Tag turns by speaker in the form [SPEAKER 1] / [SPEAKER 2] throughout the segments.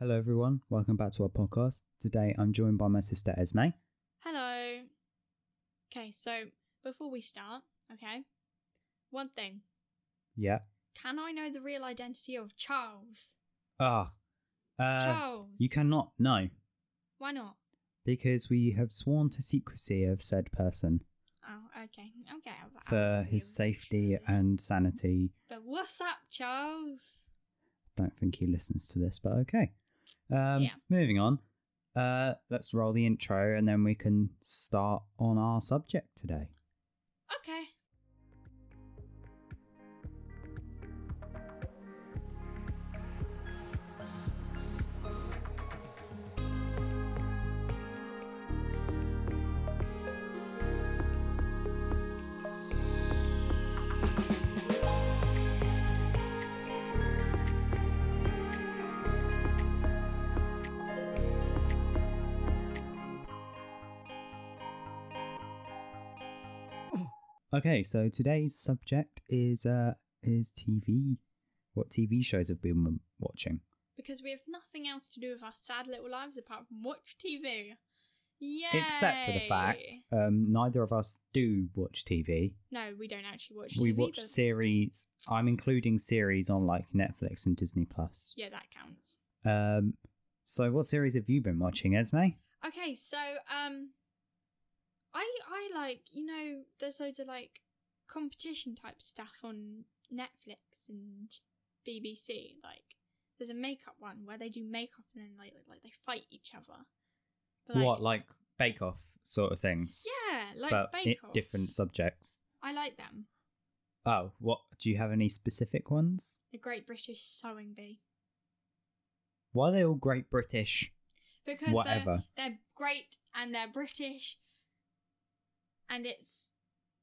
[SPEAKER 1] Hello, everyone. Welcome back to our podcast. Today, I'm joined by my sister Esme.
[SPEAKER 2] Hello. Okay, so before we start, okay, one thing.
[SPEAKER 1] Yeah.
[SPEAKER 2] Can I know the real identity of Charles?
[SPEAKER 1] Ah. Uh,
[SPEAKER 2] Charles.
[SPEAKER 1] you cannot. No.
[SPEAKER 2] Why not?
[SPEAKER 1] Because we have sworn to secrecy of said person
[SPEAKER 2] Oh, okay, okay. I'll- I'll
[SPEAKER 1] for
[SPEAKER 2] feel
[SPEAKER 1] his safety
[SPEAKER 2] naturally.
[SPEAKER 1] and sanity.
[SPEAKER 2] But what's up, Charles?
[SPEAKER 1] Don't think he listens to this, but okay. Um,
[SPEAKER 2] Yeah.
[SPEAKER 1] Moving on. Uh, let's roll the intro and then we can start on our subject today.
[SPEAKER 2] Okay.
[SPEAKER 1] Okay, so today's subject is uh is TV. What TV shows have been watching?
[SPEAKER 2] Because we have nothing else to do with our sad little lives apart from watch TV. Yay!
[SPEAKER 1] Except for the fact, um, neither of us do watch TV.
[SPEAKER 2] No, we don't actually watch
[SPEAKER 1] we
[SPEAKER 2] TV.
[SPEAKER 1] watch
[SPEAKER 2] but-
[SPEAKER 1] series. I'm including series on like Netflix and Disney Plus.
[SPEAKER 2] Yeah, that counts.
[SPEAKER 1] Um, so what series have you been watching, Esme?
[SPEAKER 2] Okay, so um I I like, you know, there's loads of like competition type stuff on Netflix and BBC like there's a makeup one where they do makeup and then like like they fight each other. But,
[SPEAKER 1] what like Bake Off sort of things,
[SPEAKER 2] Yeah, like
[SPEAKER 1] but
[SPEAKER 2] Bake
[SPEAKER 1] it-
[SPEAKER 2] Off.
[SPEAKER 1] different subjects.
[SPEAKER 2] I like them.
[SPEAKER 1] Oh, what do you have any specific ones?
[SPEAKER 2] The Great British Sewing Bee.
[SPEAKER 1] Why are they all Great British?
[SPEAKER 2] Because they're-
[SPEAKER 1] Whatever.
[SPEAKER 2] They're, great and they're British and it's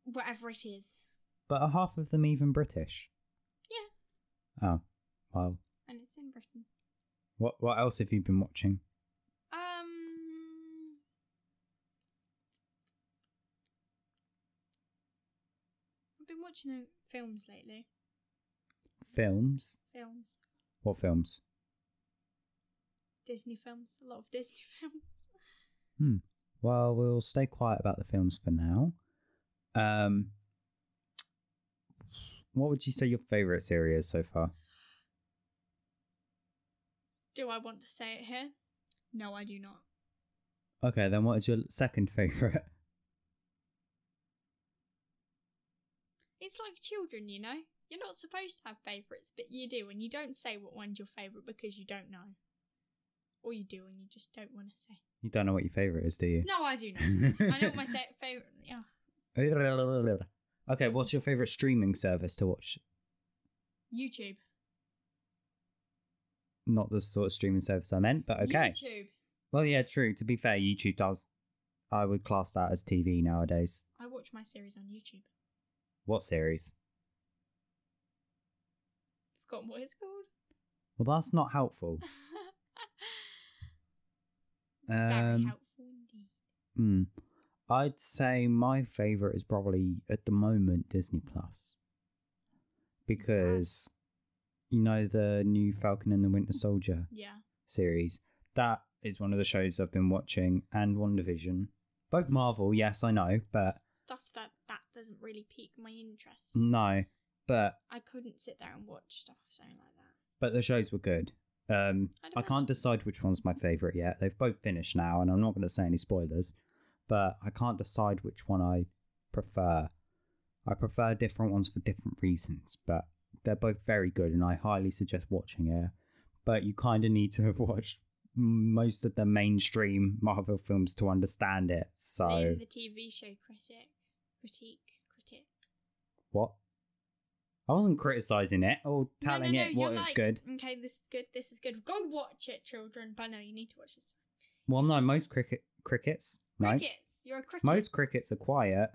[SPEAKER 2] whatever it is.
[SPEAKER 1] But are half of them even British? Yeah. Oh, well,
[SPEAKER 2] And it's in Britain.
[SPEAKER 1] what what else have you been watching?
[SPEAKER 2] Um. I've been watching uh, films lately.
[SPEAKER 1] Films?
[SPEAKER 2] Films,
[SPEAKER 1] What films?
[SPEAKER 2] Disney films, a lot of Disney films.
[SPEAKER 1] Well, we'll stay quiet about the films for now. Um, what would you say your favorite series so far?
[SPEAKER 2] Do I want to say it here? No, I do not.
[SPEAKER 1] Okay, then what is your second favorite?
[SPEAKER 2] It's like children, you know. You're not supposed to have favourites, but you do, and you don't say what one's your favourite because you don't know, or you do and you just don't want to say.
[SPEAKER 1] You don't know what your favorite is, do you?
[SPEAKER 2] No, I do not. I know what my sa- favourite. Yeah.
[SPEAKER 1] okay, what's your favorite streaming service to watch?
[SPEAKER 2] YouTube.
[SPEAKER 1] Not the sort of streaming service I meant, but okay.
[SPEAKER 2] YouTube.
[SPEAKER 1] Well, yeah, true. To be fair, YouTube does. I would class that as TV nowadays.
[SPEAKER 2] I watch my series on YouTube.
[SPEAKER 1] What series?
[SPEAKER 2] Forgotten what it's called.
[SPEAKER 1] Well, that's not helpful.
[SPEAKER 2] Very
[SPEAKER 1] Um,
[SPEAKER 2] helpful indeed.
[SPEAKER 1] hmm. I'd say my favorite is probably at the moment Disney Plus, because you know the new Falcon and the Winter Soldier
[SPEAKER 2] Yeah.
[SPEAKER 1] series. That is one of the shows I've been watching, and WandaVision. Both Marvel, yes, I know, but
[SPEAKER 2] Stuff that that doesn't really pique my interest.
[SPEAKER 1] no, but
[SPEAKER 2] I couldn't sit there and watch stuff something like that.
[SPEAKER 1] but the shows were good. Um,
[SPEAKER 2] I'd
[SPEAKER 1] I can't
[SPEAKER 2] imagine.
[SPEAKER 1] decide which one's my favourite yet. They've both finished now, and I'm not going to say any spoilers, but I can't decide which one I prefer. I prefer different ones for different reasons, but they're both very good, and I highly suggest watching it. But you kind of need to have watched most of the mainstream Marvel films to understand it. So,
[SPEAKER 2] Name the TV show critic. Critique. Critic.
[SPEAKER 1] what? I wasn't criticising it or
[SPEAKER 2] No, no,
[SPEAKER 1] telling
[SPEAKER 2] no,
[SPEAKER 1] it what
[SPEAKER 2] you're
[SPEAKER 1] it's
[SPEAKER 2] like,
[SPEAKER 1] good.
[SPEAKER 2] Okay, this is good. This is good. Go watch it, children. But no, you need to watch this.
[SPEAKER 1] Well, no, most cricket crickets. No.
[SPEAKER 2] Crickets. You're a cricket.
[SPEAKER 1] Most crickets are quiet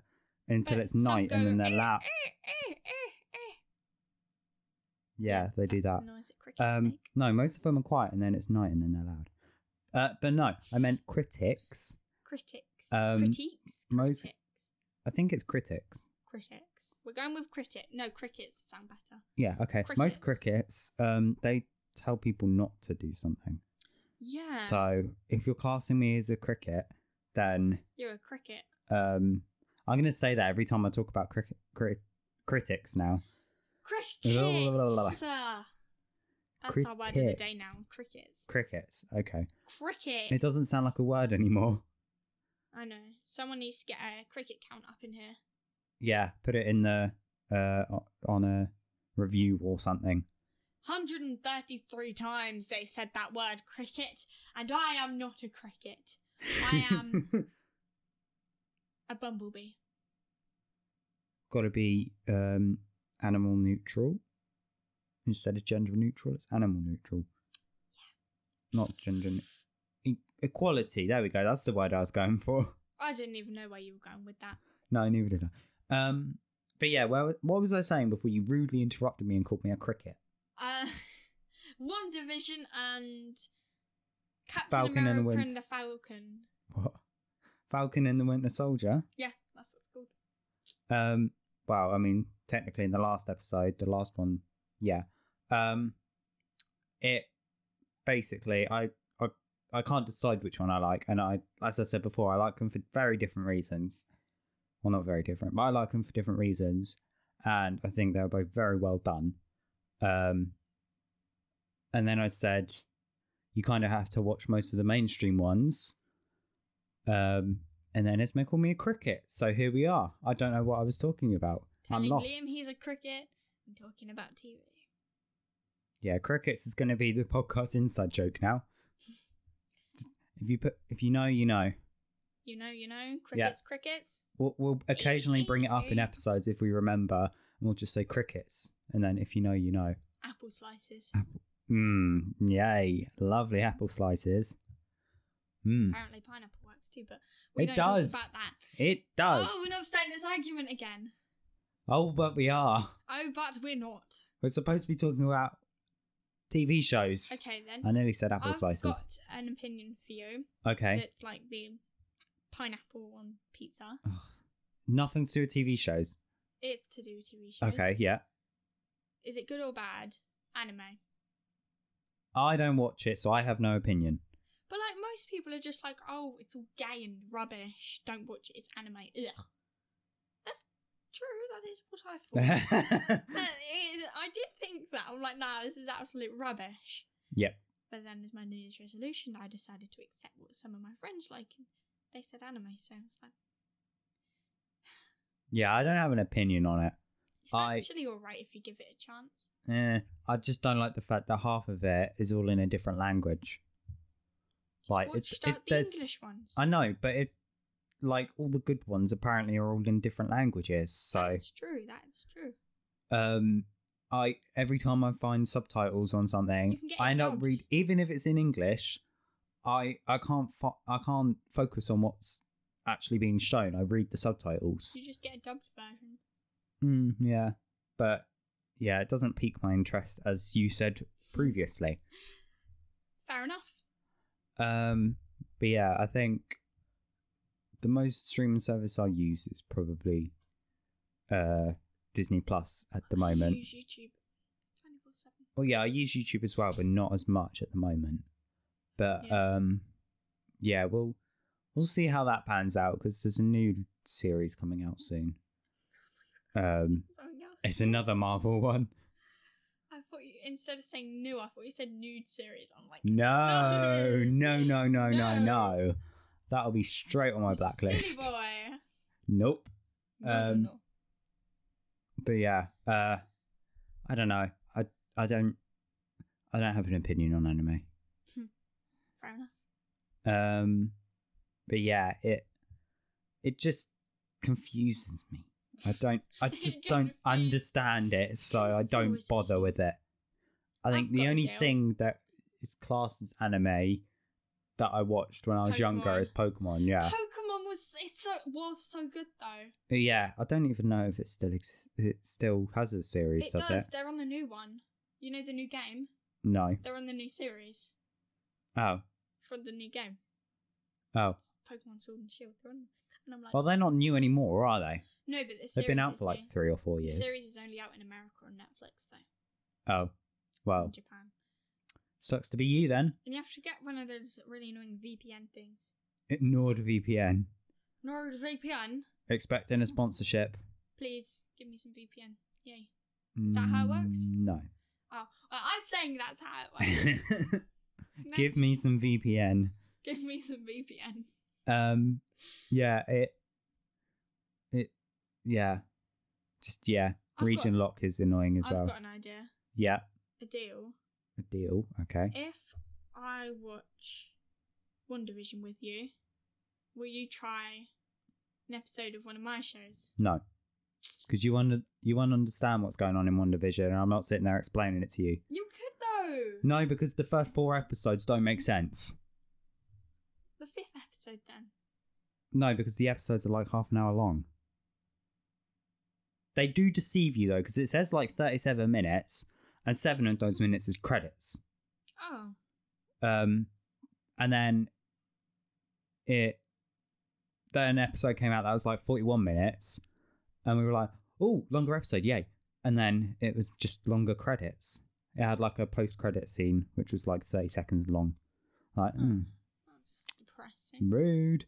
[SPEAKER 1] until
[SPEAKER 2] But
[SPEAKER 1] it's
[SPEAKER 2] some
[SPEAKER 1] night and
[SPEAKER 2] go,
[SPEAKER 1] then they're
[SPEAKER 2] "Eh,
[SPEAKER 1] loud.
[SPEAKER 2] eh, eh, eh, eh."
[SPEAKER 1] Yeah, they do
[SPEAKER 2] that's
[SPEAKER 1] that.
[SPEAKER 2] The noise that crickets
[SPEAKER 1] Um,
[SPEAKER 2] make.
[SPEAKER 1] no, most of them are quiet and then it's night and then they're loud. Uh, but no, I meant critics.
[SPEAKER 2] Critics.
[SPEAKER 1] um,
[SPEAKER 2] critiques.
[SPEAKER 1] most-
[SPEAKER 2] Critics.
[SPEAKER 1] I think it's critics.
[SPEAKER 2] Critics. We're going with critic. No, crickets sound better.
[SPEAKER 1] Yeah, okay. Most crickets, um, they tell people not to do something.
[SPEAKER 2] Yeah.
[SPEAKER 1] So if you're classing me as a cricket, then
[SPEAKER 2] You're a cricket.
[SPEAKER 1] um, I'm going to say that every time I talk about cricket cri- critics now.
[SPEAKER 2] Crickets!
[SPEAKER 1] Blah, blah, blah, blah, blah.
[SPEAKER 2] That's our word of the day now.
[SPEAKER 1] Crickets. Crickets.
[SPEAKER 2] Crickets.
[SPEAKER 1] Okay.
[SPEAKER 2] Cricket.
[SPEAKER 1] It doesn't sound like a word anymore.
[SPEAKER 2] I know. Someone needs to get a cricket count up in here.
[SPEAKER 1] Yeah, put it in the uh o- on a review or something.
[SPEAKER 2] 133 times they said that word cricket, and I am not a cricket. I am a bumblebee.
[SPEAKER 1] Got to be um animal neutral instead of gender neutral. It's animal neutral. Not gender ne- e- equality. There we go. That's the word I was going for.
[SPEAKER 2] I didn't even know where you were going with that.
[SPEAKER 1] No, neither did I. Um, but yeah, well, what was I saying before you rudely interrupted me and called me a cricket?
[SPEAKER 2] Uh, One Division and Captain
[SPEAKER 1] Falcon and the
[SPEAKER 2] America and
[SPEAKER 1] Winter-
[SPEAKER 2] the Falcon.
[SPEAKER 1] What? Falcon and the Winter Soldier.
[SPEAKER 2] Yeah, that's what it's called.
[SPEAKER 1] Um, well, I mean, technically in the last episode, the last one, yeah. Um, it basically, I, I, I can't decide which one I like, and I, as I said before, I like them for very different reasons. Well, not very different, but I like them for different reasons, and I think they're both very well done. Um, and then I said, you kind of have to watch most of the mainstream ones. Um, and then Esme called me a cricket. So here we are. I don't know what I was talking about.
[SPEAKER 2] Telling
[SPEAKER 1] I'm lost.
[SPEAKER 2] Liam he's a cricket and talking about TV.
[SPEAKER 1] Yeah, crickets is going to be the podcast inside joke now. If you put, if you know, you know.
[SPEAKER 2] You know, you know, crickets, crickets.
[SPEAKER 1] We'll, we'll occasionally bring it up in episodes if we remember, and we'll just say crickets. And then if you know, you know.
[SPEAKER 2] Apple slices.
[SPEAKER 1] Mmm, yay! Lovely apple slices. Mmm,
[SPEAKER 2] Apparently pineapple works too, but we
[SPEAKER 1] It
[SPEAKER 2] don't
[SPEAKER 1] does.
[SPEAKER 2] talk about that.
[SPEAKER 1] it does.
[SPEAKER 2] Oh, we're not starting this argument again.
[SPEAKER 1] oh, but we are.
[SPEAKER 2] Oh, but we're not.
[SPEAKER 1] We're supposed to be talking about TV shows.
[SPEAKER 2] Okay then.
[SPEAKER 1] I nearly said apple
[SPEAKER 2] I've
[SPEAKER 1] slices.
[SPEAKER 2] got an opinion for you.
[SPEAKER 1] Okay.
[SPEAKER 2] It's like the pineapple on pizza.
[SPEAKER 1] Nothing to do with TV shows.
[SPEAKER 2] It's to do TV shows.
[SPEAKER 1] Okay, yeah.
[SPEAKER 2] Is it good or bad? Anime.
[SPEAKER 1] I don't watch it, so I have no opinion.
[SPEAKER 2] But like most people are just like, oh, it's all gay and rubbish. Don't watch it. It's anime. Ugh. That's true. That is what I thought. That is, I did think that. I'm like, nah, this is absolute rubbish.
[SPEAKER 1] Yep.
[SPEAKER 2] But then as my New Year's resolution, I decided to accept what some of my friends like. And they said anime, so I was like,
[SPEAKER 1] yeah, I don't have an opinion on it.
[SPEAKER 2] it's
[SPEAKER 1] I-
[SPEAKER 2] actually all right if you give it a chance.
[SPEAKER 1] Eh, I just don't like the fact that half of it is all in a different language.
[SPEAKER 2] Just
[SPEAKER 1] Like,
[SPEAKER 2] watch
[SPEAKER 1] it-
[SPEAKER 2] start
[SPEAKER 1] it-
[SPEAKER 2] the
[SPEAKER 1] there's-
[SPEAKER 2] English ones.
[SPEAKER 1] I know, but it, like, all the good ones apparently are all in different languages. So,
[SPEAKER 2] That's true. That's true.
[SPEAKER 1] um, I every time I find subtitles on
[SPEAKER 2] You
[SPEAKER 1] something,
[SPEAKER 2] can get
[SPEAKER 1] I
[SPEAKER 2] it
[SPEAKER 1] end up
[SPEAKER 2] dubbed.
[SPEAKER 1] read even if it's in English. I I can't fo- I can't focus on what's actually being shown. I read the subtitles.
[SPEAKER 2] You just get a dubbed version.
[SPEAKER 1] Mm, yeah, but yeah, it doesn't pique my interest as you said previously.
[SPEAKER 2] Fair enough.
[SPEAKER 1] Um, but yeah, I think the most streaming service I use is probably uh Disney Plus at the moment.
[SPEAKER 2] Use YouTube 24 7.
[SPEAKER 1] Well, yeah, I use YouTube as well, but not as much at the moment. But
[SPEAKER 2] Yeah.
[SPEAKER 1] um, yeah, we'll we'll see how that pans out because there's a new series coming out soon. Um,
[SPEAKER 2] Something else.
[SPEAKER 1] it's another Marvel one.
[SPEAKER 2] I thought you, instead of saying new, I thought you said nude series. I'm like,
[SPEAKER 1] No, no, no, no, no,
[SPEAKER 2] No.
[SPEAKER 1] no. That'll be straight on my
[SPEAKER 2] you
[SPEAKER 1] blacklist.
[SPEAKER 2] Silly boy.
[SPEAKER 1] Nope.
[SPEAKER 2] No,
[SPEAKER 1] Um,
[SPEAKER 2] no, no.
[SPEAKER 1] But yeah, uh, I don't know. I I don't I don't have an opinion on anime.
[SPEAKER 2] Fair enough.
[SPEAKER 1] Um, but yeah, it it just confuses me. I don't, I just don't
[SPEAKER 2] Confused.
[SPEAKER 1] understand it, so I don't
[SPEAKER 2] Confused.
[SPEAKER 1] bother with it. I think
[SPEAKER 2] I've
[SPEAKER 1] the
[SPEAKER 2] got a
[SPEAKER 1] only
[SPEAKER 2] deal.
[SPEAKER 1] thing that is classed as anime that I watched when I was younger
[SPEAKER 2] Pokemon.
[SPEAKER 1] is Pokemon. Yeah,
[SPEAKER 2] Pokemon was it so was so good though.
[SPEAKER 1] yeah. I don't even know if it still exists. It still has a series,
[SPEAKER 2] it
[SPEAKER 1] does,
[SPEAKER 2] does.
[SPEAKER 1] it?
[SPEAKER 2] They're on the new one. You know the new game.
[SPEAKER 1] No.
[SPEAKER 2] They're on the new series
[SPEAKER 1] Oh,
[SPEAKER 2] from the new game.
[SPEAKER 1] oh.
[SPEAKER 2] It's Pokemon Sword and Shield. They're on, and I'm like,
[SPEAKER 1] Well, they're not new anymore, are they?
[SPEAKER 2] no, but the series
[SPEAKER 1] They've been out
[SPEAKER 2] is
[SPEAKER 1] for like
[SPEAKER 2] new.
[SPEAKER 1] three or four
[SPEAKER 2] The
[SPEAKER 1] years.
[SPEAKER 2] series is only out in America on Netflix though.
[SPEAKER 1] Oh,
[SPEAKER 2] In
[SPEAKER 1] well.
[SPEAKER 2] Japan.
[SPEAKER 1] Sucks to be you then.
[SPEAKER 2] And you have to get one of those really annoying VPN things.
[SPEAKER 1] NordVPN.
[SPEAKER 2] NordVPN,
[SPEAKER 1] Expecting a sponsorship.
[SPEAKER 2] please give me some VPN. Yay. Is that how it works?
[SPEAKER 1] Mm, No.
[SPEAKER 2] Oh, well, I'm saying that's how it works. Next,
[SPEAKER 1] Give me some VPN.
[SPEAKER 2] give me some VPN.
[SPEAKER 1] Um, yeah, it, it, yeah, just yeah.
[SPEAKER 2] I've got-
[SPEAKER 1] Region lock is annoying as
[SPEAKER 2] I've
[SPEAKER 1] well.
[SPEAKER 2] got an idea.
[SPEAKER 1] Yeah,
[SPEAKER 2] A deal.
[SPEAKER 1] a deal. Okay.
[SPEAKER 2] If I watch One Division with you, will you try an episode of one of my shows?
[SPEAKER 1] No, because you under you won't understand what's going on in One Division, and I'm not sitting there explaining it to you.
[SPEAKER 2] You could though.
[SPEAKER 1] No, because the first four episodes don't make sense.
[SPEAKER 2] The fifth episode then.
[SPEAKER 1] No, because the episodes are like half an hour long. They do deceive you though, because it says like 37 minutes, and seven of those minutes is credits.
[SPEAKER 2] Oh,
[SPEAKER 1] Um, and then it then an episode came out that was like 41 minutes, and we were like, "Oh, longer episode, yay!" And then it was just longer credits. It had like a post-credit scene, which was like 30 seconds long. Like, mm,
[SPEAKER 2] that's depressing.
[SPEAKER 1] rude,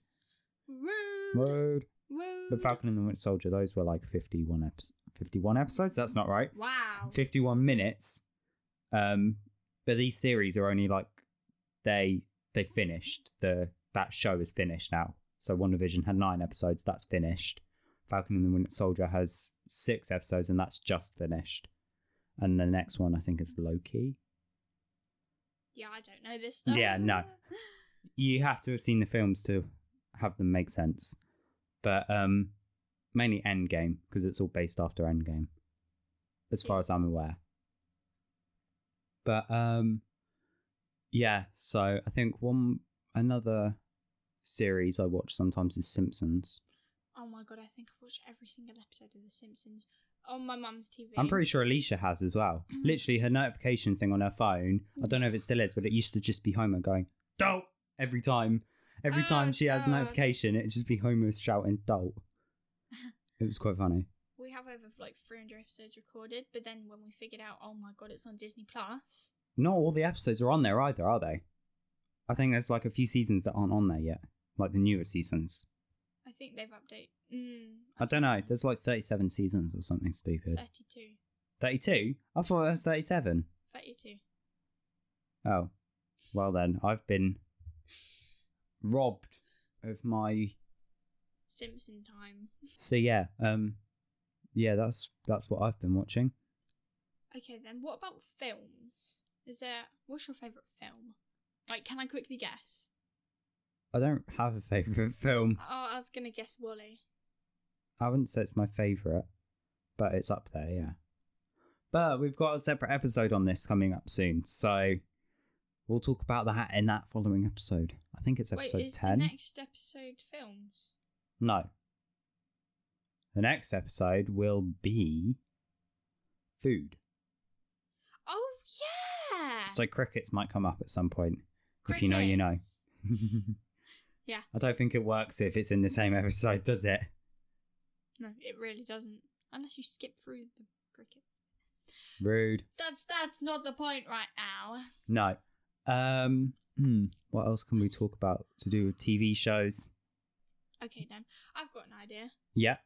[SPEAKER 2] Rude.
[SPEAKER 1] rude.
[SPEAKER 2] Rude.
[SPEAKER 1] The Falcon and the Winter Soldier, those were like 51 episodes. 51 episodes? That's not right.
[SPEAKER 2] Wow.
[SPEAKER 1] 51 minutes. Um, but these series are only like they they finished. The that show is finished now. So One Division had nine episodes, that's finished. Falcon and the Winter Soldier has six episodes and that's just finished. And the next one I think is Loki.
[SPEAKER 2] Yeah, I don't know this stuff.
[SPEAKER 1] Yeah, no. You have to have seen the films to have them make sense. But um mainly Endgame, because it's all based after Endgame. As far
[SPEAKER 2] Yeah.
[SPEAKER 1] as I'm aware. But um yeah, so I think one another series I watch sometimes is Simpsons.
[SPEAKER 2] Oh my god, I think I've watched every single episode of The Simpsons on my mum's TV.
[SPEAKER 1] I'm pretty sure Alicia has as well.
[SPEAKER 2] Mm.
[SPEAKER 1] Literally her notification thing on her phone, I don't know if it still is, but it used to just be Homer going, Dolt every time. Every
[SPEAKER 2] Oh,
[SPEAKER 1] time she has a
[SPEAKER 2] God.
[SPEAKER 1] notification, it'd just be Homer shouting Dolt. It was quite funny.
[SPEAKER 2] We have over like 300 episodes recorded, but then when we figured out, oh my god, it's on Disney Plus.
[SPEAKER 1] Not all the episodes are on there either, are they? I think there's like a few seasons that aren't on there yet, like the newer seasons.
[SPEAKER 2] I think they've updated. Mm,
[SPEAKER 1] I don't know. There's like 37 seasons or something stupid.
[SPEAKER 2] 32.
[SPEAKER 1] 32? I thought it was 37.
[SPEAKER 2] 32.
[SPEAKER 1] Oh, well then, I've been robbed of my.
[SPEAKER 2] Simpson time.
[SPEAKER 1] So yeah, um, yeah, that's that's what I've been watching.
[SPEAKER 2] Okay, then what about films? Is there. What's your favourite film? Like, can I quickly guess?
[SPEAKER 1] I don't have a favorite film.
[SPEAKER 2] Oh, I was gonna guess Wally.
[SPEAKER 1] I wouldn't say it's my favourite, but it's up there, yeah. But we've got a separate episode on this coming up soon, so we'll talk about that in that following episode. I think it's episode
[SPEAKER 2] Wait, is
[SPEAKER 1] 10.
[SPEAKER 2] the next episode films?
[SPEAKER 1] No. The next episode will be food.
[SPEAKER 2] Oh, yeah!
[SPEAKER 1] So crickets might come up at some point. if you know, you know.
[SPEAKER 2] Crickets. Yeah.
[SPEAKER 1] I don't think it works if it's in the same episode, does it?
[SPEAKER 2] No, it really doesn't. Unless you skip through the crickets.
[SPEAKER 1] Rude.
[SPEAKER 2] That's that's not the point right now.
[SPEAKER 1] No. Um, hmm, what else can we talk about to do with TV shows?
[SPEAKER 2] Okay then, I've got an idea.
[SPEAKER 1] Yeah.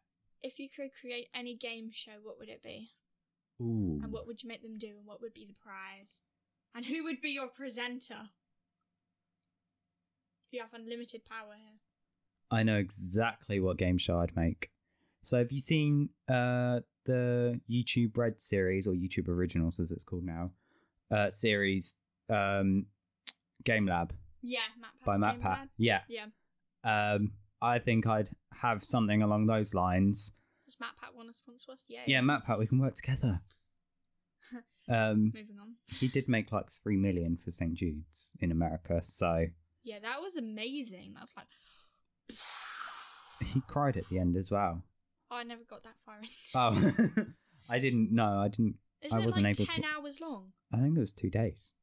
[SPEAKER 2] If you could create any game show, what would it be?
[SPEAKER 1] Ooh.
[SPEAKER 2] And what would you make them do? And what would be the prize? And who would be your presenter? You have unlimited power here.
[SPEAKER 1] I know exactly what game show I'd make. So have you seen uh the YouTube Red series or YouTube Originals as it's called now? Uh series um Game Lab
[SPEAKER 2] Yeah, Matt Pat's
[SPEAKER 1] by Matt
[SPEAKER 2] Game
[SPEAKER 1] Pat.
[SPEAKER 2] Lab.
[SPEAKER 1] Yeah.
[SPEAKER 2] Yeah.
[SPEAKER 1] Um I think I'd have something along those lines.
[SPEAKER 2] Does Matt Pat want to sponsor us? Yeah.
[SPEAKER 1] Yeah, Matt Pat, we can work together. Um
[SPEAKER 2] Moving on.
[SPEAKER 1] he did make like 3 million for St Jude's in America, so
[SPEAKER 2] Yeah, that was amazing. That was like.
[SPEAKER 1] he cried at the end as well.
[SPEAKER 2] Oh, I never got that far into.
[SPEAKER 1] Oh. I didn't know. I didn't
[SPEAKER 2] Is
[SPEAKER 1] I
[SPEAKER 2] it
[SPEAKER 1] wasn't
[SPEAKER 2] like
[SPEAKER 1] able to-
[SPEAKER 2] ten hours long?
[SPEAKER 1] I think it was two days.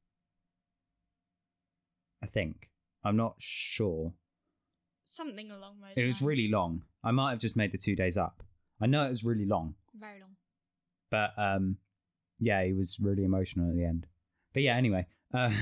[SPEAKER 1] I think. I'm not sure.
[SPEAKER 2] Something along those.
[SPEAKER 1] It was
[SPEAKER 2] lines.
[SPEAKER 1] really long. I might have just made the two days up. I know it was really long,
[SPEAKER 2] very long.
[SPEAKER 1] but um, yeah, it was really emotional at the end. But yeah, anyway, Uh,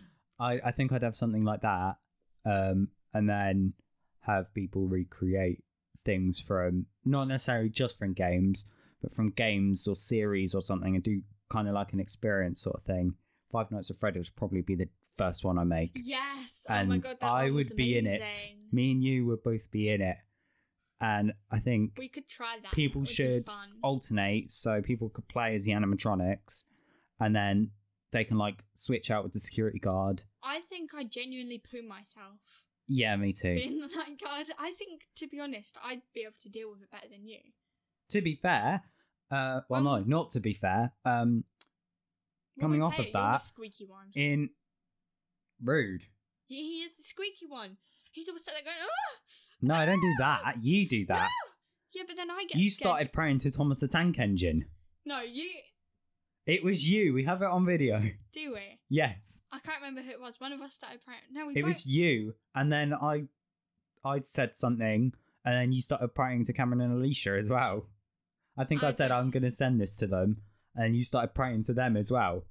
[SPEAKER 1] I I think I'd have something like that, um, and then have people recreate things from not necessarily just from games, but from games or series or something, and do kind of like an experience sort of thing. Five Nights at Freddy's would probably be the first one I make,
[SPEAKER 2] Yes.
[SPEAKER 1] and
[SPEAKER 2] oh my god, that
[SPEAKER 1] I
[SPEAKER 2] one was
[SPEAKER 1] would be in it.
[SPEAKER 2] amazing.
[SPEAKER 1] Me and you would both be in it, and I think
[SPEAKER 2] We could try that.
[SPEAKER 1] people
[SPEAKER 2] It would be
[SPEAKER 1] should
[SPEAKER 2] fun.
[SPEAKER 1] alternate so people could play as the animatronics and then they can like switch out with the security guard.
[SPEAKER 2] I think I genuinely poo myself
[SPEAKER 1] Yeah, me too.
[SPEAKER 2] being the night guard. I think, to be honest, I'd be able to deal with it better than you.
[SPEAKER 1] to be fair, uh, well, no,
[SPEAKER 2] Well-
[SPEAKER 1] not to be fair. Um,
[SPEAKER 2] When we
[SPEAKER 1] Coming off
[SPEAKER 2] play
[SPEAKER 1] of
[SPEAKER 2] it, you're the
[SPEAKER 1] that-
[SPEAKER 2] squeaky one.
[SPEAKER 1] in rude.
[SPEAKER 2] He he is the squeaky one. He's always sat there going, "Oh,
[SPEAKER 1] No, I don't do that. You do that.
[SPEAKER 2] yeah," but then I get.
[SPEAKER 1] you
[SPEAKER 2] scared.
[SPEAKER 1] started praying to Thomas the Tank Engine.
[SPEAKER 2] No, you
[SPEAKER 1] It was you. We have it on video.
[SPEAKER 2] do it.
[SPEAKER 1] Yes,
[SPEAKER 2] I can't remember who it was. One of us started praying. No, we
[SPEAKER 1] it
[SPEAKER 2] both.
[SPEAKER 1] was you. And then I, I said something, and then you started praying to Cameron and Alicia as well. I think I,
[SPEAKER 2] I
[SPEAKER 1] said
[SPEAKER 2] did.
[SPEAKER 1] I'm going to send this to them, and you started praying to them as well.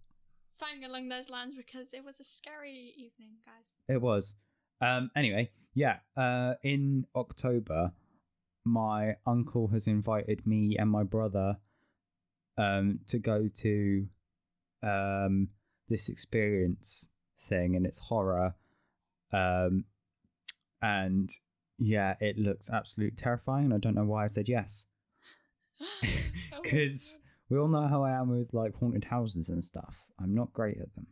[SPEAKER 2] sang along those lines because it was a scary evening, guys.
[SPEAKER 1] It was. Um, anyway, yeah. Uh, in October, my uncle has invited me and my brother um, to go to um, this experience thing, and it's horror. Um, and yeah, it looks absolutely terrifying. and I don't know why I said yes
[SPEAKER 2] Oh,
[SPEAKER 1] because we all know how I am with like haunted houses and stuff. I'm not great at them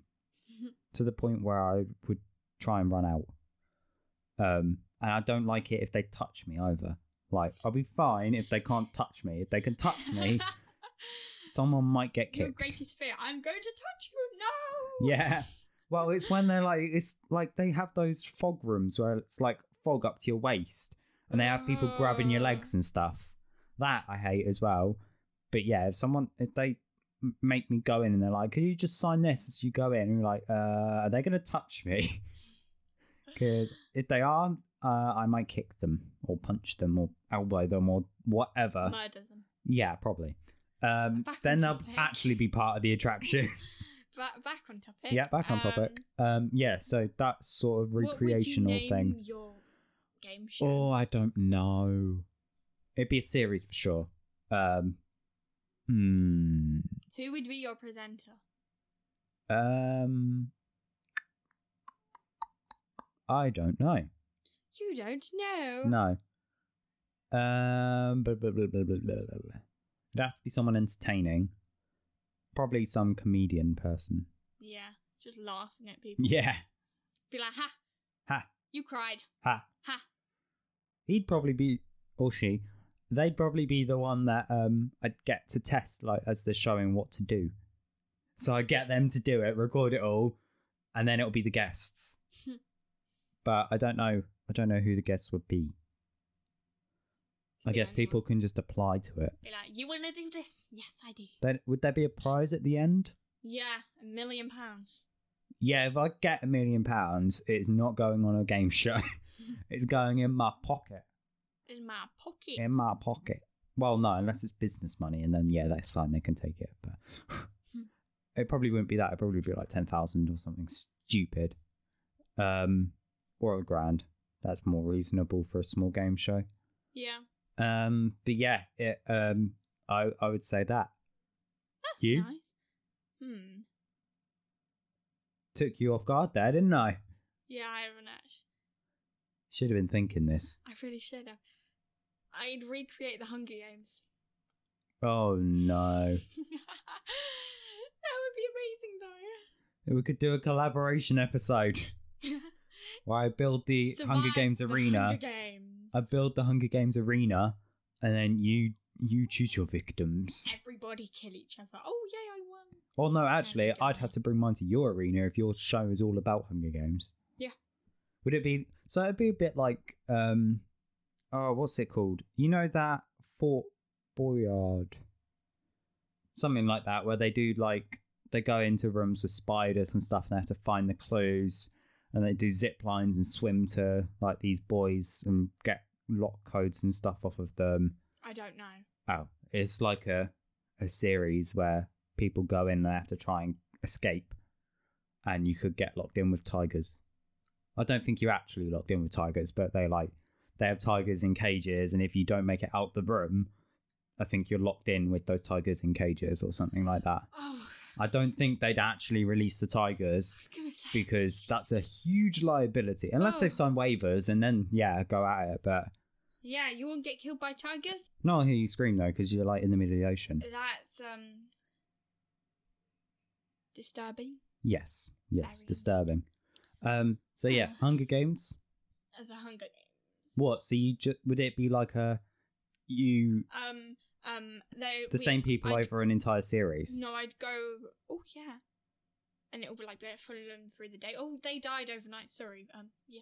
[SPEAKER 1] to the point where I would try and run out. Um, and I don't like it if they touch me either. Like, I'll be fine if they can't touch me. If they can touch me, someone might get
[SPEAKER 2] Your
[SPEAKER 1] kicked.
[SPEAKER 2] greatest fear. I'm going to touch you. No.
[SPEAKER 1] Yeah. Well, it's when they're like, it's like they have those fog rooms where it's like fog up to your waist and they have people grabbing your
[SPEAKER 2] Oh.
[SPEAKER 1] legs and stuff. That I hate as well. But yeah, if someone, if they m- make me go in and they're like, could you just sign this as you go in? And you're like, uh, are they going to touch me? Because if they are, uh, I might kick them or punch them or elbow them or whatever.
[SPEAKER 2] Murder them.
[SPEAKER 1] Yeah, probably. Um,
[SPEAKER 2] Back on
[SPEAKER 1] then they'll
[SPEAKER 2] topic.
[SPEAKER 1] actually be part of the attraction.
[SPEAKER 2] Back, back on topic.
[SPEAKER 1] Yeah, back on
[SPEAKER 2] Um,
[SPEAKER 1] topic. Um, yeah, so that sort of
[SPEAKER 2] what would you
[SPEAKER 1] recreational
[SPEAKER 2] name
[SPEAKER 1] thing.
[SPEAKER 2] Your game show.
[SPEAKER 1] Oh, I don't know. It'd be a series for sure. Um, hmm.
[SPEAKER 2] Who would be your presenter?
[SPEAKER 1] Um, I don't know.
[SPEAKER 2] You don't know.
[SPEAKER 1] No. Um, blah, blah, blah, blah, blah, blah, blah, blah. It'd have to be someone entertaining. Probably some comedian person.
[SPEAKER 2] Yeah, just laughing at people.
[SPEAKER 1] Yeah.
[SPEAKER 2] Be like, ha,
[SPEAKER 1] Ha.
[SPEAKER 2] you cried.
[SPEAKER 1] Ha.
[SPEAKER 2] Ha.
[SPEAKER 1] he'd probably be or she they'd probably be the one that um i'd get to test like as they're showing what to do so i get them to do it record it all and then it'll be the guests but i don't know i don't know who the guests would be i
[SPEAKER 2] Could be
[SPEAKER 1] guess
[SPEAKER 2] anyone.
[SPEAKER 1] people can just apply to it
[SPEAKER 2] Be like, you want to do this? Yes, I do.
[SPEAKER 1] then would there be a prize at the end
[SPEAKER 2] Yeah, a million pounds.
[SPEAKER 1] yeah if i get a million pounds it's not going on a game show it's going in my pocket
[SPEAKER 2] In my pocket.
[SPEAKER 1] in my pocket. Well, no, unless it's business money, and then yeah, that's fine. They can take it, but it probably wouldn't be that. It'd probably be like ten thousand or something stupid, um, or a grand. That's more reasonable for a small game show.
[SPEAKER 2] yeah.
[SPEAKER 1] Um, but yeah, it, um, I I would say that
[SPEAKER 2] That's
[SPEAKER 1] You?
[SPEAKER 2] nice. Hmm.
[SPEAKER 1] took you off guard there, didn't I?
[SPEAKER 2] Yeah, I haven't actually.
[SPEAKER 1] Should have been thinking this.
[SPEAKER 2] I really should have. I'd recreate the Hunger Games.
[SPEAKER 1] Oh no,
[SPEAKER 2] that would be amazing, though.
[SPEAKER 1] we could do a collaboration episode where I build the Hunger
[SPEAKER 2] Survive
[SPEAKER 1] Games
[SPEAKER 2] the
[SPEAKER 1] arena.
[SPEAKER 2] Hunger Games.
[SPEAKER 1] I build the Hunger Games arena, and then you you choose your victims.
[SPEAKER 2] Everybody kill each other. Oh, yay, I won.
[SPEAKER 1] Well, no, actually,
[SPEAKER 2] don't
[SPEAKER 1] I'd have to bring mine to your arena if your show is all about Hunger Games.
[SPEAKER 2] Yeah.
[SPEAKER 1] Would it be so? It'd be a bit like um, oh, what's it called? You know that Fort Boyard, something like that, where they do like they go into rooms with spiders and stuff, and they have to find the clues, and they do zip lines and swim to like these boys and get lock codes and stuff off of them.
[SPEAKER 2] I don't know.
[SPEAKER 1] Oh, it's like a a series where people go in and they have to try and escape, and you could get locked in with tigers. I don't think you're actually locked in with tigers, but they like they have tigers in cages, and if you don't make it out the room, I think you're locked in with those tigers in cages or something like that.
[SPEAKER 2] Oh,
[SPEAKER 1] I don't think they'd actually release the tigers
[SPEAKER 2] I was gonna say
[SPEAKER 1] because that's a huge liability. Unless
[SPEAKER 2] Oh.
[SPEAKER 1] they've signed waivers, and then yeah, go at it. But
[SPEAKER 2] Yeah, you won't get killed by tigers.
[SPEAKER 1] no, I hear you scream though because you're like in the middle of the ocean.
[SPEAKER 2] That's um disturbing.
[SPEAKER 1] Yes, yes,
[SPEAKER 2] Very.
[SPEAKER 1] disturbing. Um, so yeah,
[SPEAKER 2] Ah.
[SPEAKER 1] Hunger Games.
[SPEAKER 2] Uh, The Hunger Games.
[SPEAKER 1] What? So you ju- would it be like a you
[SPEAKER 2] Um, um, they
[SPEAKER 1] the
[SPEAKER 2] we-
[SPEAKER 1] same people
[SPEAKER 2] I'd-
[SPEAKER 1] over an entire series?
[SPEAKER 2] No, I'd go. Oh yeah, and it'll be like they're following through the day. Oh, they died overnight. Sorry. Um, yeah.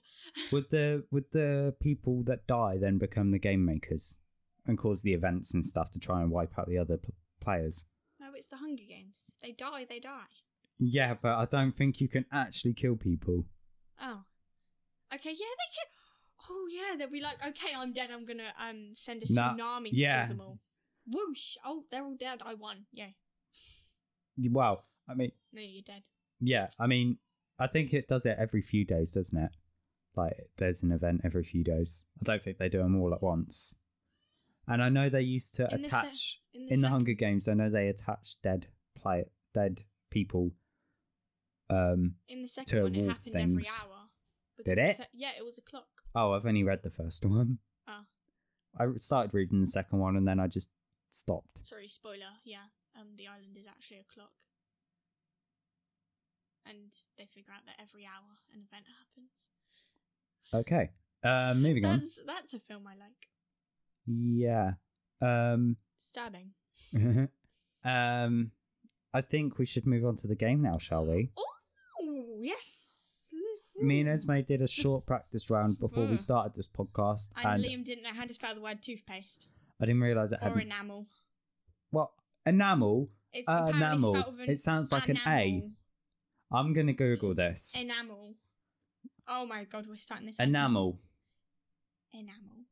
[SPEAKER 1] Would the would the people that die then become the game makers and cause the events and stuff to try and wipe out the other p- players?
[SPEAKER 2] No, it's the Hunger Games. They die. They die.
[SPEAKER 1] Yeah, but I don't think you can actually kill people.
[SPEAKER 2] Oh. Okay. Yeah, they can. Oh yeah, they'll be like, okay, I'm dead. I'm gonna um send a
[SPEAKER 1] Nah,
[SPEAKER 2] tsunami to
[SPEAKER 1] yeah.
[SPEAKER 2] kill them all. Whoosh! Oh, they're all dead. I won. Yeah.
[SPEAKER 1] Well, I mean,
[SPEAKER 2] No, you're dead.
[SPEAKER 1] yeah, I mean, I think it does it every few days, doesn't it? Like, there's an event every few days. I don't think they do them all at once. And I know they used to
[SPEAKER 2] In the se-
[SPEAKER 1] attach
[SPEAKER 2] In
[SPEAKER 1] in the
[SPEAKER 2] sec-
[SPEAKER 1] Hunger Games. I know they attach dead play dead people. Um.
[SPEAKER 2] in the second
[SPEAKER 1] to
[SPEAKER 2] one, it
[SPEAKER 1] wolf
[SPEAKER 2] happened every
[SPEAKER 1] things.
[SPEAKER 2] hour.
[SPEAKER 1] Did
[SPEAKER 2] the
[SPEAKER 1] it?
[SPEAKER 2] se- yeah, it was a clock.
[SPEAKER 1] Oh, I've only read the first one.
[SPEAKER 2] Oh.
[SPEAKER 1] I started reading the second one and then I just stopped.
[SPEAKER 2] Sorry, spoiler. Yeah, um, the island is actually a clock, and they figure out that every hour an event happens.
[SPEAKER 1] Okay. Uh, moving on.
[SPEAKER 2] That's that's a film I like.
[SPEAKER 1] Yeah. Um.
[SPEAKER 2] Disturbing.
[SPEAKER 1] um. I think we should move on to the game now, shall we?
[SPEAKER 2] Oh yes.
[SPEAKER 1] Me and Esme did a short practice round before we
[SPEAKER 2] Mm.
[SPEAKER 1] started this podcast,
[SPEAKER 2] And
[SPEAKER 1] and
[SPEAKER 2] Liam didn't know how to spell the word toothpaste
[SPEAKER 1] I didn't realize it
[SPEAKER 2] or
[SPEAKER 1] had
[SPEAKER 2] enamel.
[SPEAKER 1] well enamel.
[SPEAKER 2] It's
[SPEAKER 1] Uh,
[SPEAKER 2] apparently
[SPEAKER 1] enamel.
[SPEAKER 2] spelled with an
[SPEAKER 1] It sounds like an A.
[SPEAKER 2] enamel.
[SPEAKER 1] I'm gonna Google
[SPEAKER 2] It's
[SPEAKER 1] this.
[SPEAKER 2] Enamel. Oh my god, we're starting this.
[SPEAKER 1] Enamel.
[SPEAKER 2] Enamel.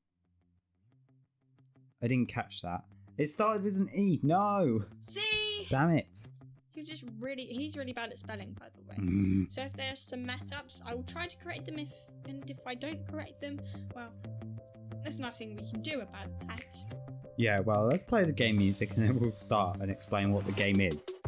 [SPEAKER 1] I didn't catch that. It started with an E. No,
[SPEAKER 2] See,
[SPEAKER 1] damn it.
[SPEAKER 2] you're just really—he's really bad at spelling, by the way.
[SPEAKER 1] Mm.
[SPEAKER 2] So if there's some mess ups, I will try to correct them. If and if I don't correct them, well, there's nothing we can do about that.
[SPEAKER 1] Yeah, well, let's play the game music and then we'll start and explain what the game is.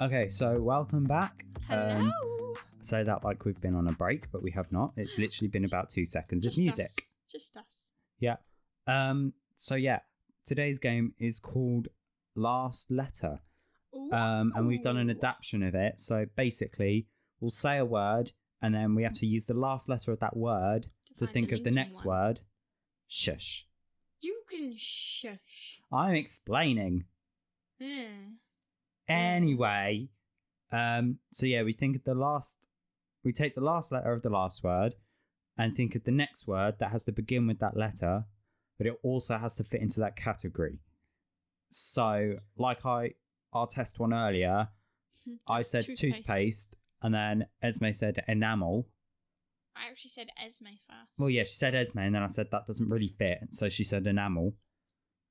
[SPEAKER 1] Okay, so welcome back.
[SPEAKER 2] Hello.
[SPEAKER 1] Um, say that like we've been on a break, but we have not. It's literally been about two seconds of music.
[SPEAKER 2] Us. Just us.
[SPEAKER 1] Um, so yeah, today's game is called Last Letter, um, and we've done an
[SPEAKER 2] Ooh.
[SPEAKER 1] adaptation of it. So basically, we'll say a word, and then we have to use the last letter of that word to
[SPEAKER 2] find a
[SPEAKER 1] think of the
[SPEAKER 2] linking
[SPEAKER 1] next
[SPEAKER 2] one.
[SPEAKER 1] word. Shush.
[SPEAKER 2] You can shush.
[SPEAKER 1] I'm explaining.
[SPEAKER 2] Yeah.
[SPEAKER 1] Anyway, um, so yeah, we think of the last, we take the last letter of the last word and think of the next word that has to begin with that letter, but it also has to fit into that category. So, like I, our test one earlier, I
[SPEAKER 2] That's
[SPEAKER 1] said toothpaste. and then Esme said enamel.
[SPEAKER 2] I actually said Esme first.
[SPEAKER 1] Well, yeah, she said Esme, and then I said that doesn't really fit, so she said enamel,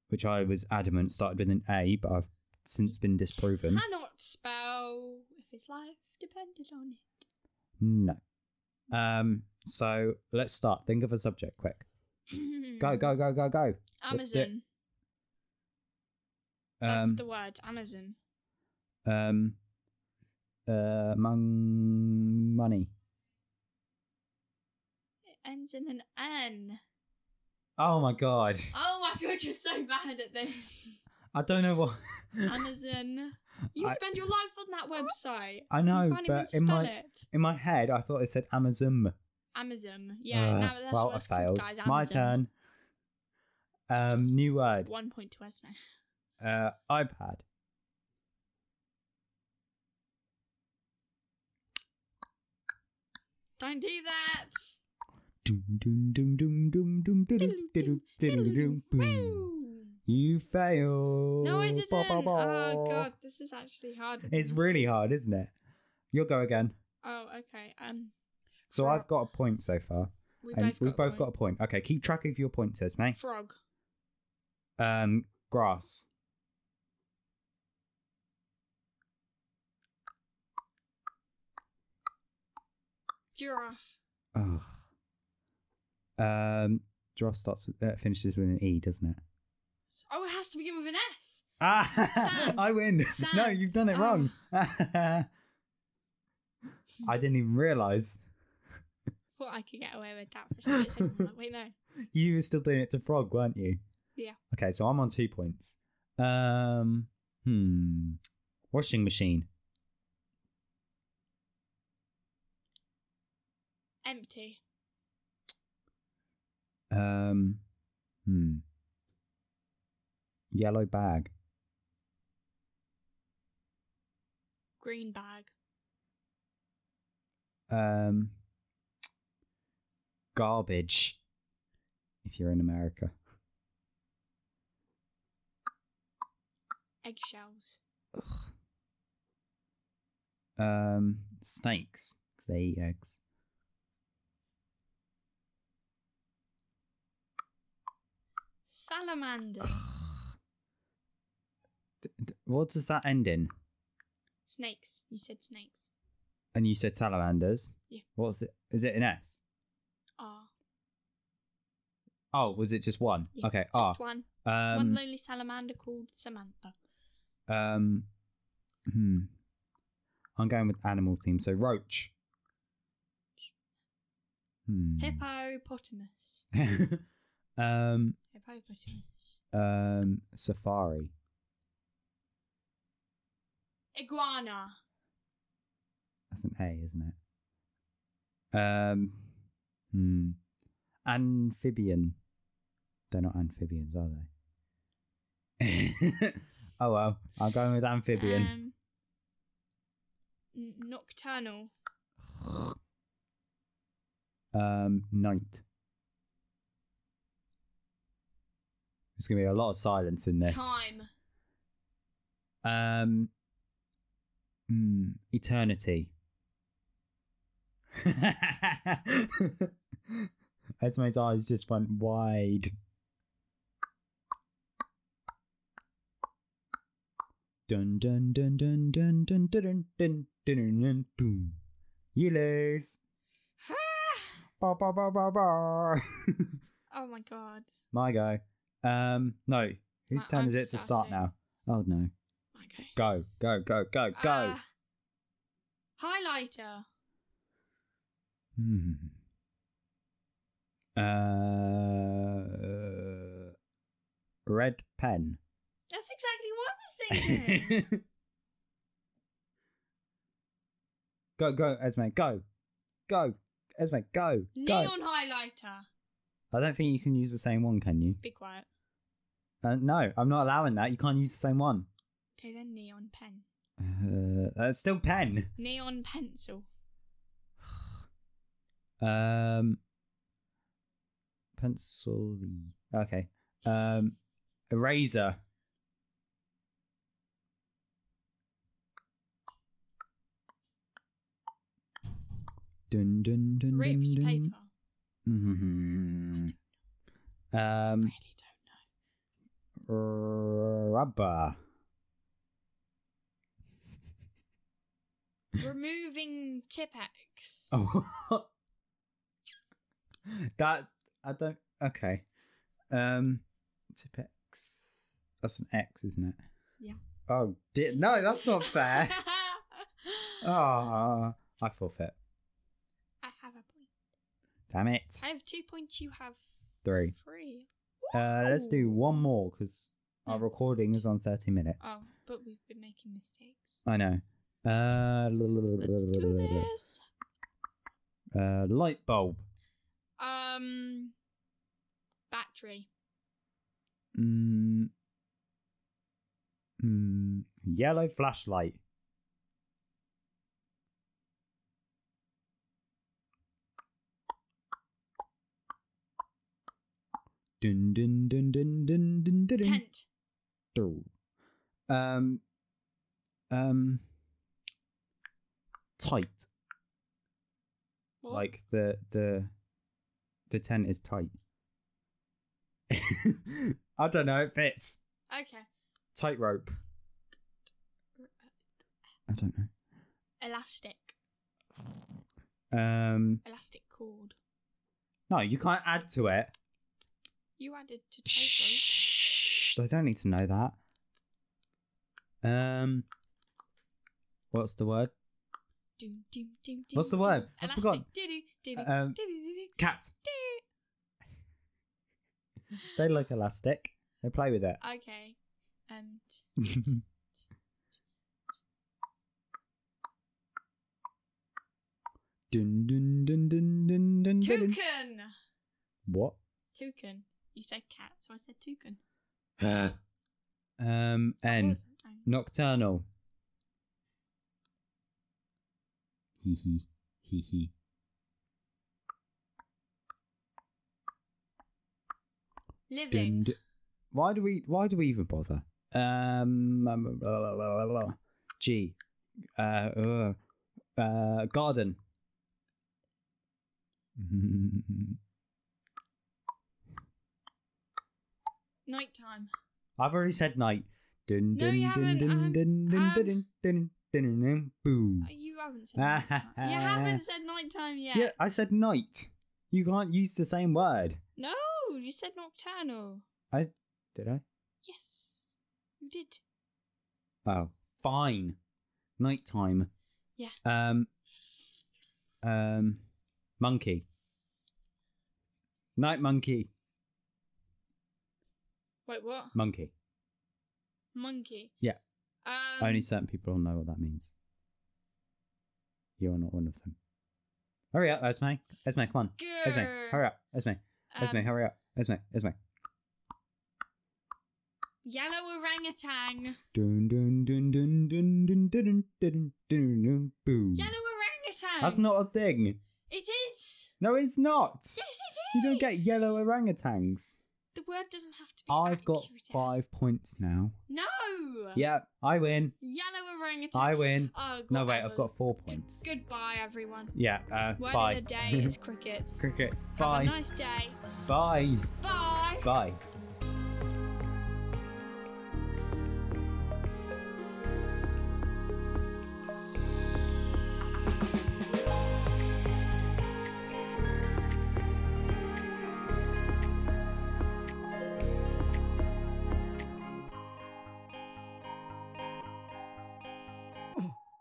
[SPEAKER 1] which I was adamant started with an A, but I've since been disproven.
[SPEAKER 2] Cannot spell if his life depended on it.
[SPEAKER 1] No. Um. So let's start. Think of a subject quick. Go, go, go, go, go. Let's do it.
[SPEAKER 2] Amazon. That's
[SPEAKER 1] Um.
[SPEAKER 2] the word. Amazon.
[SPEAKER 1] um. Uh. Mon- money.
[SPEAKER 2] It ends in an N.
[SPEAKER 1] Oh my god.
[SPEAKER 2] Oh my god, you're so bad at this.
[SPEAKER 1] I don't know what.
[SPEAKER 2] Amazon. You
[SPEAKER 1] I-
[SPEAKER 2] spend your life on that website.
[SPEAKER 1] I know,
[SPEAKER 2] you can't
[SPEAKER 1] but in
[SPEAKER 2] even spell
[SPEAKER 1] my
[SPEAKER 2] it.
[SPEAKER 1] in my head, I thought it said Amazon.
[SPEAKER 2] Amazon. Yeah,
[SPEAKER 1] Uh,
[SPEAKER 2] now that's
[SPEAKER 1] well,
[SPEAKER 2] what
[SPEAKER 1] I
[SPEAKER 2] it's called,
[SPEAKER 1] failed.
[SPEAKER 2] guys.
[SPEAKER 1] My
[SPEAKER 2] Amazon.
[SPEAKER 1] turn. Um. New word.
[SPEAKER 2] One point to Esme.
[SPEAKER 1] Uh. iPad.
[SPEAKER 2] Don't do that.
[SPEAKER 1] Doom, doom, doom, doom, doom, doom, diddle, diddle, diddle, doom, boom.
[SPEAKER 2] Woo!
[SPEAKER 1] You fail.
[SPEAKER 2] No, I didn't.
[SPEAKER 1] Ba, ba, ba.
[SPEAKER 2] Oh god, this is actually hard.
[SPEAKER 1] It's really hard, isn't it? You'll go again.
[SPEAKER 2] Oh, okay. Um,
[SPEAKER 1] So
[SPEAKER 2] Well-
[SPEAKER 1] I've got a point so far.
[SPEAKER 2] we
[SPEAKER 1] and
[SPEAKER 2] both
[SPEAKER 1] we've
[SPEAKER 2] got
[SPEAKER 1] both
[SPEAKER 2] a
[SPEAKER 1] got a
[SPEAKER 2] point.
[SPEAKER 1] point. Okay, keep track of your points, mate.
[SPEAKER 2] frog.
[SPEAKER 1] Um, grass.
[SPEAKER 2] Giraffe.
[SPEAKER 1] Ugh. Um, Joss starts with, uh, finishes with an E, doesn't it?
[SPEAKER 2] Oh, it has to begin with an S.
[SPEAKER 1] Ah,
[SPEAKER 2] Sand.
[SPEAKER 1] I win. No,
[SPEAKER 2] Sand.
[SPEAKER 1] you've done it
[SPEAKER 2] Oh.
[SPEAKER 1] wrong. I didn't even realize
[SPEAKER 2] Thought I could get away with that for a split second. I'm like, Wait, no.
[SPEAKER 1] you were still doing it to Frog, weren't you?
[SPEAKER 2] Yeah.
[SPEAKER 1] Okay, so I'm on two points. Um, hmm. Washing machine.
[SPEAKER 2] Empty.
[SPEAKER 1] Um, hmm. Yellow bag.
[SPEAKER 2] Green bag.
[SPEAKER 1] Um, garbage. If you're in America.
[SPEAKER 2] Eggshells.
[SPEAKER 1] Um, snakes because they eat eggs.
[SPEAKER 2] Salamander.
[SPEAKER 1] D- d- what does that end in?
[SPEAKER 2] snakes. You said snakes.
[SPEAKER 1] And you said salamanders.
[SPEAKER 2] Yeah.
[SPEAKER 1] What's it? Is it an S?
[SPEAKER 2] Ah.
[SPEAKER 1] Oh, was it just one?
[SPEAKER 2] yeah,
[SPEAKER 1] okay.
[SPEAKER 2] Just
[SPEAKER 1] Ah.
[SPEAKER 2] one. one
[SPEAKER 1] Um.
[SPEAKER 2] lonely salamander called Samantha.
[SPEAKER 1] um. Hmm. I'm going with animal theme. So roach. Hmm.
[SPEAKER 2] Hippopotamus.
[SPEAKER 1] um.
[SPEAKER 2] Hippopotamus.
[SPEAKER 1] Um. Safari.
[SPEAKER 2] Iguana.
[SPEAKER 1] That's an A, isn't it? Um. Hmm. Amphibian. They're not amphibians, are they? oh well, I'm going with amphibian.
[SPEAKER 2] Um, n- nocturnal.
[SPEAKER 1] Um, night. There's gonna be a lot of silence in this.
[SPEAKER 2] Time.
[SPEAKER 1] Um, mm, eternity. Esme's eyes just went wide. Dun dun dun dun dun dun dun dun dun dun dun dun boom. You lose. Ba ba ba ba ba.
[SPEAKER 2] oh my god.
[SPEAKER 1] My go. Um, no. Whose
[SPEAKER 2] My-
[SPEAKER 1] turn
[SPEAKER 2] I'm
[SPEAKER 1] is it to start
[SPEAKER 2] starting.
[SPEAKER 1] now? Oh no.
[SPEAKER 2] My go.
[SPEAKER 1] Go, go, go, go, go.
[SPEAKER 2] Uh, highlighter.
[SPEAKER 1] Hmm. Hmm. Uh, red pen.
[SPEAKER 2] That's exactly what I was thinking.
[SPEAKER 1] go, go, Esme, go, go, Esme, go, go.
[SPEAKER 2] Neon highlighter.
[SPEAKER 1] I don't think you can use the same one, can you?
[SPEAKER 2] Be quiet.
[SPEAKER 1] Uh, no, I'm not allowing that. You can't use the same one.
[SPEAKER 2] Okay, then neon pen.
[SPEAKER 1] Uh, that's still pen.
[SPEAKER 2] Neon pencil.
[SPEAKER 1] Um, pencil. Okay. Um, eraser. Dun dun dun.
[SPEAKER 2] Ripped
[SPEAKER 1] dun,
[SPEAKER 2] paper.
[SPEAKER 1] dun. Mhm.
[SPEAKER 2] I
[SPEAKER 1] Um,
[SPEAKER 2] really don't
[SPEAKER 1] rubber.
[SPEAKER 2] know. Removing Tippex.
[SPEAKER 1] Oh. That's I don't okay. Um tip X. That's an X, isn't it?
[SPEAKER 2] Yeah.
[SPEAKER 1] Oh dear no, that's not fair. Ah, I forfeit.
[SPEAKER 2] I have a point.
[SPEAKER 1] Damn it.
[SPEAKER 2] I have two points. You have
[SPEAKER 1] Three.
[SPEAKER 2] three.
[SPEAKER 1] Uh let's
[SPEAKER 2] Woo! Hmm.
[SPEAKER 1] do one more because our recording is on thirty minutes.
[SPEAKER 2] Oh, but we've been making mistakes.
[SPEAKER 1] I know. Uh,
[SPEAKER 2] Let's do this.
[SPEAKER 1] uh light bulb.
[SPEAKER 2] Um, battery.
[SPEAKER 1] Mm. Mm. Yellow flashlight. Dun dun dun dun dun dun dun. dun.
[SPEAKER 2] Tent.
[SPEAKER 1] Do. Um, um, tight.
[SPEAKER 2] What?
[SPEAKER 1] Like the the the tent is tight. I don't know. It fits
[SPEAKER 2] Okay.
[SPEAKER 1] tightrope. I don't know.
[SPEAKER 2] Elastic.
[SPEAKER 1] Um,
[SPEAKER 2] Elastic cord.
[SPEAKER 1] no, you can't add to it.
[SPEAKER 2] You added to tightrope.
[SPEAKER 1] Shh, I don't need to know that. Um, what's the word?
[SPEAKER 2] Doom, doom, doom, doom,
[SPEAKER 1] What's the word?
[SPEAKER 2] doom.
[SPEAKER 1] I've
[SPEAKER 2] Elastic.
[SPEAKER 1] forgotten.
[SPEAKER 2] Doo-doo, doo-doo,
[SPEAKER 1] Um,
[SPEAKER 2] doo-doo, doo-doo.
[SPEAKER 1] Cat. They like elastic. They play with it.
[SPEAKER 2] Okay. Um. t-
[SPEAKER 1] dun, dun, dun, dun, dun, dun, dun.
[SPEAKER 2] Toucan.
[SPEAKER 1] What?
[SPEAKER 2] Toucan. You said cat, so I said toucan.
[SPEAKER 1] um, N.
[SPEAKER 2] Awesome. Um,
[SPEAKER 1] Nocturnal. Hee hee. Hee hee. Dun,
[SPEAKER 2] Living.
[SPEAKER 1] dun. Why do we? Why do we even bother? Um, um, blah, blah, blah, blah, blah. G, uh, uh, uh, garden.
[SPEAKER 2] Nighttime.
[SPEAKER 1] I've already said night. Dun,
[SPEAKER 2] No, you haven't. Um, um,
[SPEAKER 1] dun, dun, dun, boom.
[SPEAKER 2] Uh, You haven't said nighttime. you haven't said nighttime yet.
[SPEAKER 1] Yeah, I said night. You can't use the same word.
[SPEAKER 2] No, you said nocturnal.
[SPEAKER 1] Did I?
[SPEAKER 2] Yes, you did.
[SPEAKER 1] Oh, fine. Nighttime.
[SPEAKER 2] Yeah.
[SPEAKER 1] Um. Um. Monkey. Night monkey.
[SPEAKER 2] Wait, what?
[SPEAKER 1] Monkey.
[SPEAKER 2] Monkey.
[SPEAKER 1] Yeah.
[SPEAKER 2] Um,
[SPEAKER 1] Only certain people will know what that means. You are not one of them. Hurry up, Esme. Esme, come on. Esme,
[SPEAKER 2] grr.
[SPEAKER 1] hurry up. Esme. Esme,
[SPEAKER 2] Um,
[SPEAKER 1] hurry up. Esme, Esme.
[SPEAKER 2] Yellow orangutan.
[SPEAKER 1] Dun dun dun dun dun dun dun dun dun dun boom.
[SPEAKER 2] Yellow orangutan.
[SPEAKER 1] That's not a thing.
[SPEAKER 2] It is.
[SPEAKER 1] No, it's not.
[SPEAKER 2] Yes, it is.
[SPEAKER 1] You don't get yellow orangutans.
[SPEAKER 2] The word doesn't have to be.
[SPEAKER 1] I've got
[SPEAKER 2] accurate as-
[SPEAKER 1] five points now.
[SPEAKER 2] No.
[SPEAKER 1] Yeah, I win.
[SPEAKER 2] Yellow orangutan.
[SPEAKER 1] I win.
[SPEAKER 2] Oh,
[SPEAKER 1] No, wait,
[SPEAKER 2] whatever.
[SPEAKER 1] I've got four points.
[SPEAKER 2] Goodbye, everyone.
[SPEAKER 1] Yeah, uh,
[SPEAKER 2] Word
[SPEAKER 1] bye.
[SPEAKER 2] of the day is crickets.
[SPEAKER 1] Crickets.
[SPEAKER 2] Have a
[SPEAKER 1] Bye.
[SPEAKER 2] nice day.
[SPEAKER 1] Bye.
[SPEAKER 2] Bye.
[SPEAKER 1] Bye.